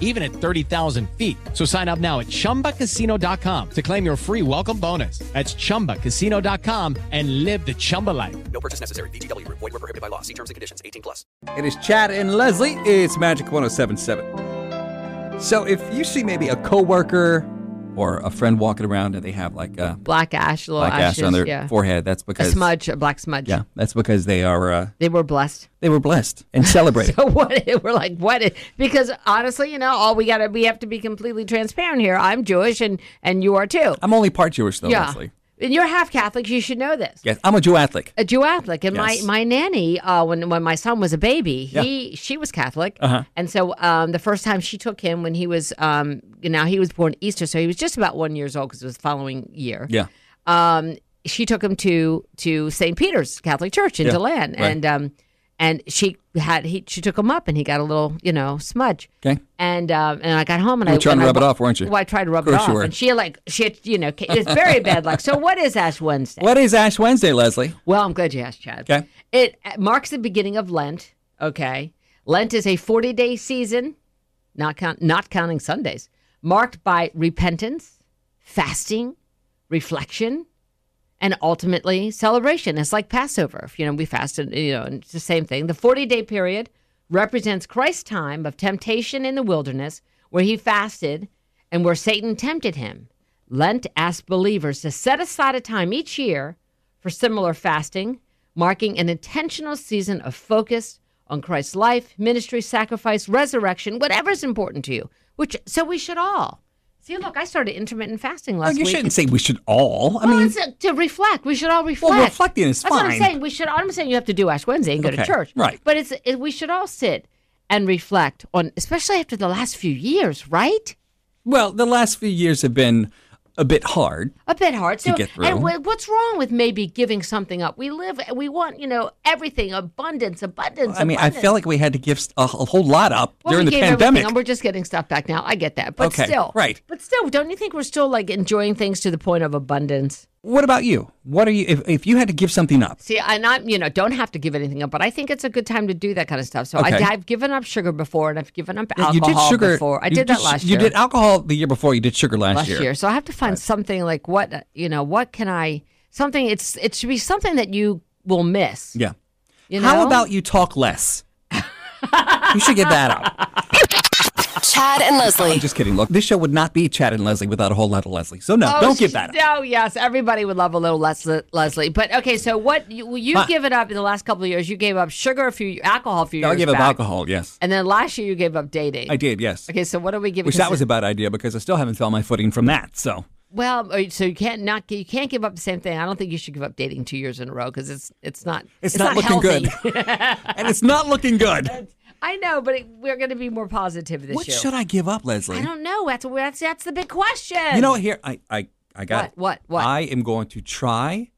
even at 30,000 feet. So sign up now at ChumbaCasino.com to claim your free welcome bonus. That's ChumbaCasino.com and live the Chumba life. No purchase necessary. BGW. Void were prohibited by law. See terms and conditions. 18 plus. It is Chad and Leslie. It's Magic 1077. So if you see maybe a coworker or a friend walking around and they have like a black ash, little black ashes, ash on their yeah. forehead, that's a because smudge, a black smudge. Yeah, that's because they are uh, They were blessed. they were blessed and celebrated. So what? We're like, what? Is, because honestly, you know, all we gotta, we have to be completely transparent here. I'm Jewish, and and you are too. I'm only part Jewish though, yeah, Leslie. and you're half Catholic. You should know this. Yes, I'm a Jew Catholic. A Jew Catholic, and Yes. my my nanny, uh, when when my son was a baby, he she was Catholic, Uh-huh. and so um, the first time she took him when he was um, now he was born Easter, so he was just about one years old because it was the following year. Yeah, um, she took him to to St. Peter's Catholic Church in Yeah, Deland, right. and um, and she had he she took him up, and he got a little you know smudge. Okay. And um, and I got home, and You I were trying and to I rub it wa- off, weren't you? Well, I tried to rub Of it course off, you were. and she like she had, you know it's very bad luck. So what is Ash Wednesday? What is Ash Wednesday, Leslie? Well, I'm glad you asked, Chad. Okay. It uh, marks the beginning of Lent. Okay. Lent is a 40 day season, not, count, not counting Sundays, marked by repentance, fasting, reflection, and ultimately celebration. It's like Passover. If, You know, we fasted, you know, and it's the same thing. The 40 day period represents Christ's time of temptation in the wilderness where he fasted and where Satan tempted him. Lent asked believers to set aside a time each year for similar fasting, marking an intentional season of focus on Christ's life, ministry, sacrifice, resurrection, whatever's important to you, which so we should all. See, look, I started intermittent fasting last Oh, you week. shouldn't say we should all. I Well, mean, it's uh, to reflect. We should all reflect. reflecting is That's what I'm fine. saying. We should. I'm saying you have to do Ash Wednesday and go Okay, to church. right. But it's it, we should all sit and reflect on, especially after the last few years, right? well, the last few years have been a bit hard. A bit hard. So, get and through. wh- what's wrong with maybe giving something up? We live. We want you know everything, abundance, abundance. I mean, I abundance. feel like we had to give a, a whole lot up Well, during we the gave everything pandemic. and we're just getting stuff back now. I get that, but Okay, still, right. But still, don't you think we're still like enjoying things to the point of abundance? What about you? What are you? If, if you had to give something up, See, and I'm, you know, don't have to give anything up, but I think it's a good time to do that kind of stuff. So Okay. I, I've given up sugar before, and I've given up Yeah, alcohol before. I you did that sh- last you year. did alcohol the year before. You did sugar last, last year. So I have to find something like what uh, you know. What can I? Something. It's it should be something that you will miss. Yeah. You How know? about you talk less? you should get that up. Chad and I'm Leslie. just kidding. Look, this show would not be Chad and Leslie without a whole lot of Leslie. So no, Oh, don't give sh- that up. Oh yes, everybody would love a little Leslie. Leslie. But okay, so what you, you Huh. give it up in the last couple of years? You gave up sugar a few alcohol a few No, years. I gave up back. alcohol. Yes, and then last year you gave up dating. I did. Yes, Okay, so what are we giving? which that was consi- a bad idea because I still haven't found my footing from that. So Well, uh, so you can't not you can't give up the same thing. I don't think you should give up dating two years in a row because it's it's not it's, not, looking healthy. good, and it's not looking good. I know, but it, we're going to be more positive this What year. should I give up, Leslie? I don't know. That's that's that's the big question. You know, here I I I got What, it. what, what? I am going to try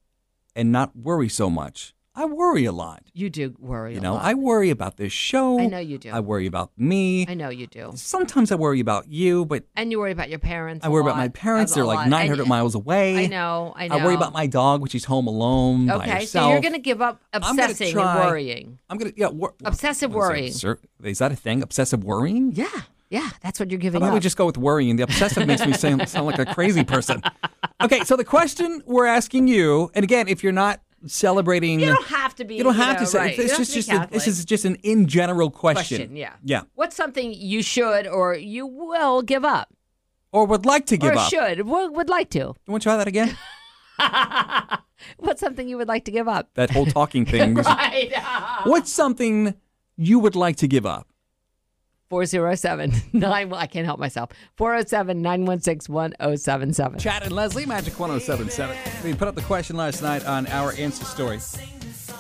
and not worry so much. I worry a lot. you do worry. You a know, lot. I worry about this show. I know you do. I worry about me. I know you do, Sometimes I worry about you, but and you worry about your parents. I a worry about lot, my parents. a They're lot. like And- 900 miles away. I know. I know. I worry about my dog, which is home alone by Okay, herself. so you're going to give up I'm gonna obsessing try- and worrying. I'm gonna yeah. Wor- Obsessive what is that? worrying. Sir- Is that a thing? Obsessive worrying? Yeah, yeah. That's what you're How giving about we up. just go with worrying? The obsessive makes me sound, sound like a crazy person. Okay, so the question we're asking you, and again, if you're not celebrating, you don't have to be. you don't have to know, say. right. You This don't have is to be just a, this Catholic. is just an in general question. question. Yeah. yeah, What's something you should or you will give up? or would like to give or up. should, would, would like to. You want to try that again? What's something you would like to give up? That whole talking thing. was- What's something you would like to give up? 407 nine, I can't help myself. 407 916 1077. Chad and Leslie, Magic 1077. We put up the question last night on our Insta story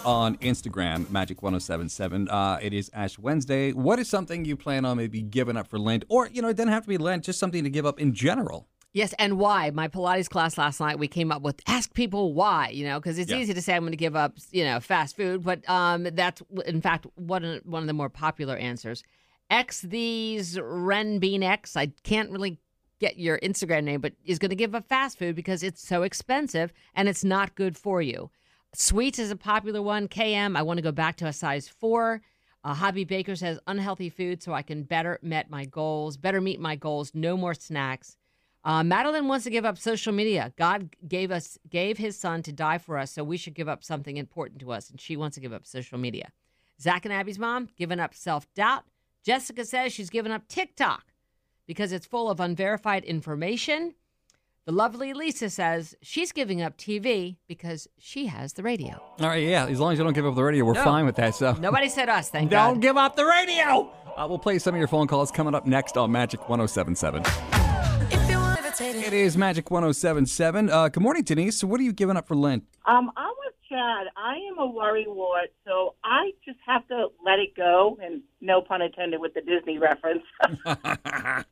on Instagram, Magic 1077. Uh, it is Ash Wednesday. What is something you plan on maybe giving up for Lent? Or, you know, it doesn't have to be Lent, just something to give up in general. Yes, and why? My Pilates class last night, we came up with ask people why, you know, because it's Yeah. easy to say I'm going to give up, you know, fast food, but um, that's in fact one of, one of the more popular answers. X these Ren Bean X. I can't really get your Instagram name, but is going to give up fast food because it's so expensive and it's not good for you. Sweets is a popular one. KM, I want to go back to a size four. Uh, Hobby Baker says unhealthy food so I can better met my goals, better meet my goals. No more snacks. Uh, Madeline wants to give up social media. God gave us gave His Son to die for us, so we should give up something important to us, and she wants to give up social media. Zach and Abby's mom giving up self doubt. Jessica says she's given up TikTok because it's full of unverified information. The lovely Lisa says she's giving up TV because she has the radio. All right, yeah. As long as you don't give up the radio, we're fine with that. So Nobody said us, thank don't God. give up the radio. Uh, we'll play some of your phone calls coming up next on Magic 1077. It is Magic 1077. Uh, good morning, Denise. So, what are you giving up for Lent? Um, I'm with Chad. I am a worry wart, so I just have to let it go, and no pun intended with the Disney reference. I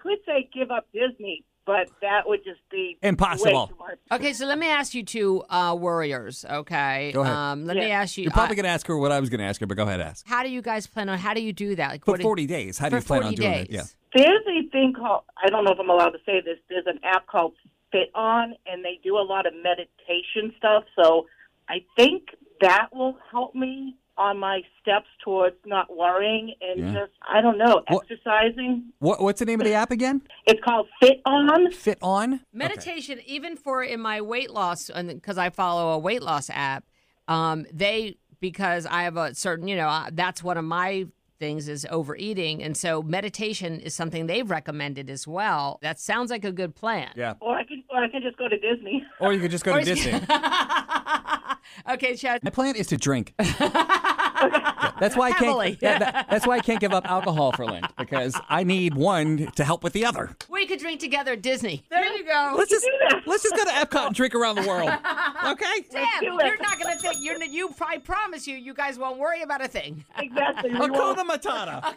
could say give up Disney, but that would just be way Impossible. too much. Okay, so let me ask you two uh, warriors. Okay, Go ahead. Um, let me Yeah. ask you. You're probably uh, going to ask her what I was going to ask her, but go ahead, ask. how do you guys plan on? How do you do that? Like, For what do- 40 days, how do for you plan on 40 doing days. it? Yeah. There's a thing called I don't know if I'm allowed to say this. There's an app called Fit On, and they do a lot of meditation stuff. So I think that will help me on my steps towards not worrying and Yeah. just I don't know What- exercising. What, what's the name of the app again? It's called Fit On. Fit On? Meditation, even for in my weight loss, because I follow a weight loss app, um, they because I have a certain, you know, uh, that's one of my things is overeating, and so meditation is something they've recommended as well. That sounds like a good plan. Yeah. Or I can, or I can just go to Disney. Or you could just go to Disney. okay, Chad. My plan is to drink. Yeah, that's why I Heavily. can't. that- that- that's why I can't give up alcohol for Lent because I need one to help with the other. We could drink together at Disney. There you go. Let's just let's just go to Epcot and drink around the world. Okay. Damn, do it. you're not gonna think you're. You, I promise you, you guys won't worry about a thing. Exactly. We won't. Hakuna Matata.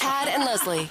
Chad and Leslie.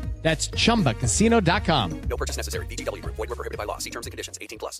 That's chumbacasino.com. No purchase necessary. VGW Group. Void where prohibited by law. See terms and conditions. 18 plus.